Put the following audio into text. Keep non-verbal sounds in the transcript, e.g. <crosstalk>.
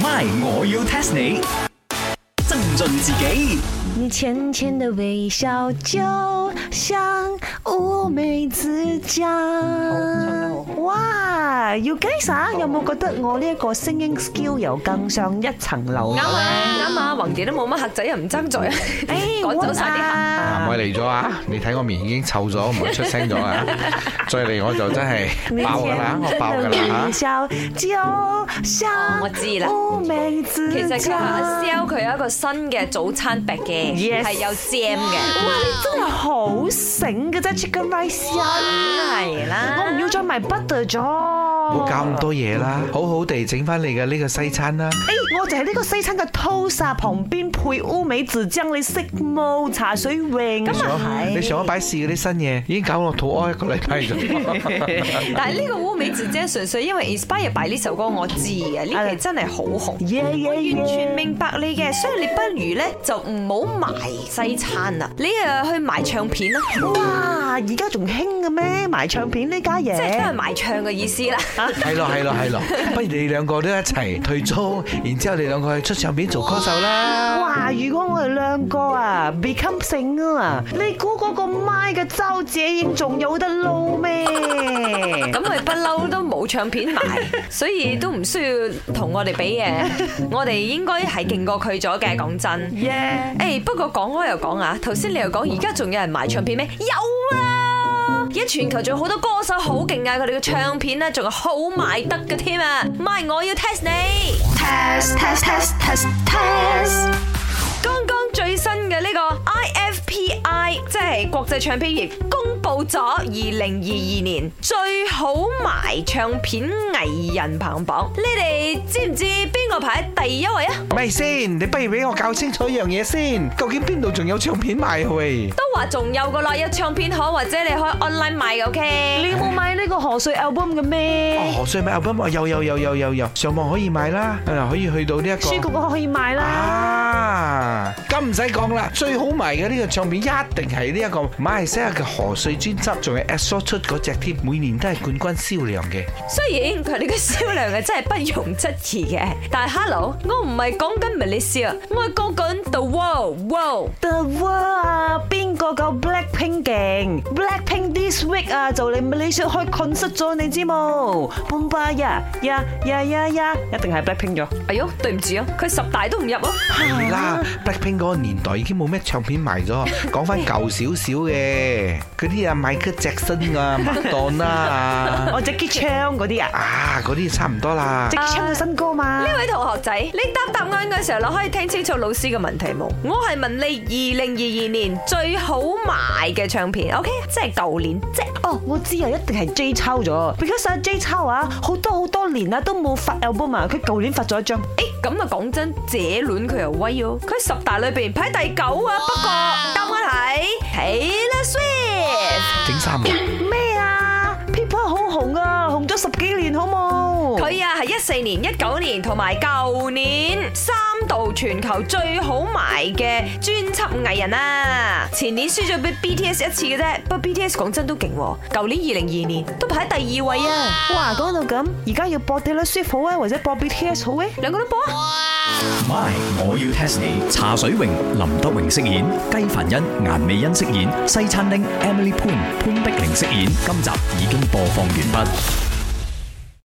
My，我要 test 你。增进自己你浅浅的微笑就像烏梅子醬。哇！You guys 啊，有冇覺得我呢一個 singing skill 又更上一層樓？啱啊啱啊，宏傑都冇乜客仔又唔爭在，嗯 <laughs> 哎趕走晒啲客。南啲威嚟咗啊！你睇我面已經臭咗，唔係出聲咗啊！再嚟我就真係啊爆㗎啦，我爆㗎啦 <laughs> 微笑就像哦我知啦烏梅子其實佢話醬 sell 佢有一個新嘅早餐餅嘅， Yes 係有 jam 哇！嘅，你真係好醒嘅啫，Chicken Rice 啊！係我唔啦。要再賣 butter 咗。嚇！冇冇搞咁多嘢啦，好好地整翻你嘅呢個西餐啦。誒，哎我就係呢個西餐嘅 toast 啊，旁邊配烏梅子醬，你識冇？茶水泳咁啊你上一擺試嗰啲新嘢，已經搞我肚屙一個禮拜 <laughs> 咗。但係呢個烏美姐姐純粹因為 inspire by 呢首歌我知嘅，呢期真係好紅。耶耶完全耶！明白你嘅，所以你不如咧就唔好埋西餐啦，你誒去埋唱片啦，哇，而家仲興嘅咩？賣唱片呢家即係都係嘢，埋唱嘅意思啦。係咯係咯係咯，不如你兩個都一齊退租，然之後你兩個去出唱片做歌手啦。哇！如果我哋兩個啊 become 醒啊，你估嗰個麥嘅周姐英仲有得撈咩？咁佢不嬲都冇唱片賣，所以都唔需要同我哋比嘅。我哋應該係勁過佢咗嘅，講真。耶！誒，不過講開又講啊，頭先你又講而家仲有人賣唱片咩？有啊！而家全球仲有好多歌手好勁啊，佢哋嘅唱片咧仲係好賣得嘅添啊！咪我要 test 你。 test test test test test 剛剛最新嘅呢個 IFPI，即係國際唱片業，公布咗二零二二年最好賣唱片藝人排行榜。你哋知唔知邊個排喺第一位啊？咪先，你不如俾我搞清楚一樣嘢先，究竟邊度仲有唱片賣喂？都話仲有個啦，有唱片行或者你可以 online 買嘅你，OK？有冇買呢個賀歲 album 嘅咩？哦，所以咪 album 啊有有有有有有，上網可以買啦，誒可以去到呢一個書局我可以買啦。啊，咁唔使講啦，最好賣嘅呢個唱片一定係呢一個馬來西亞嘅河水專輯，仲係 EXO 出嗰隻添，每年都係冠軍銷量嘅。雖然佢哋嘅銷量嘅真係不容質疑嘅，但係 hello，我唔係講緊 Malaysia，我係講緊 the world world。 The World 啊，邊個夠 Blackpink 勁？Blackpink this week 啊，就嚟 Malaysia 開 concert 咗，你知冇？搬巴呀呀呀呀呀，一定係 Blackpink 咗。哎喲，對唔住啊，佢十大都唔入啊！係啦，Blackpink 嗰個年代已經冇咩唱片賣咗，講翻舊少少嘅，嗰啲啊 Michael Jackson 啊、麥當啦啊， <laughs> 我哦 Jackie Chan 嗰啲啊啊嗰啲差唔多啦。 ，Jackie Chan 嘅新歌嘛呢。位同學仔，你答答案嘅時候，你可以聽清楚老師嘅問題冇？我係問你二零二二年最好賣嘅唱片，OK？即係舊年啫。哦，我知啊，一定係 J 抄咗，because 阿 J 抄啊，好多好多年啦啊都冇發 album 啊，佢舊年發咗一張。誒，咁啊講真，這戀佢又威喎，佢十大裏邊排第九啊。不過答案係 Taylor Swift，整衫喎，咩啊？People 好紅啊，紅咗十幾年好冇？佢啊係一四年、一九年同埋舊年三度全球最好賣嘅專輯藝人啊！前年輸咗俾 BTS 一次嘅啫，不過 BTS 講真都勁喎，舊年二零二年都排喺第二位啊！哇，講到咁，而家要播 Taylor Swift 好啊，或者播 BTS 好咧？兩個都播啊！ ，My，我要 test 你。茶水榮、林德榮飾演，雞凡欣、顏美欣飾演，西餐廳 Emily Poon 潘碧玲飾演。今集已經播放完畢。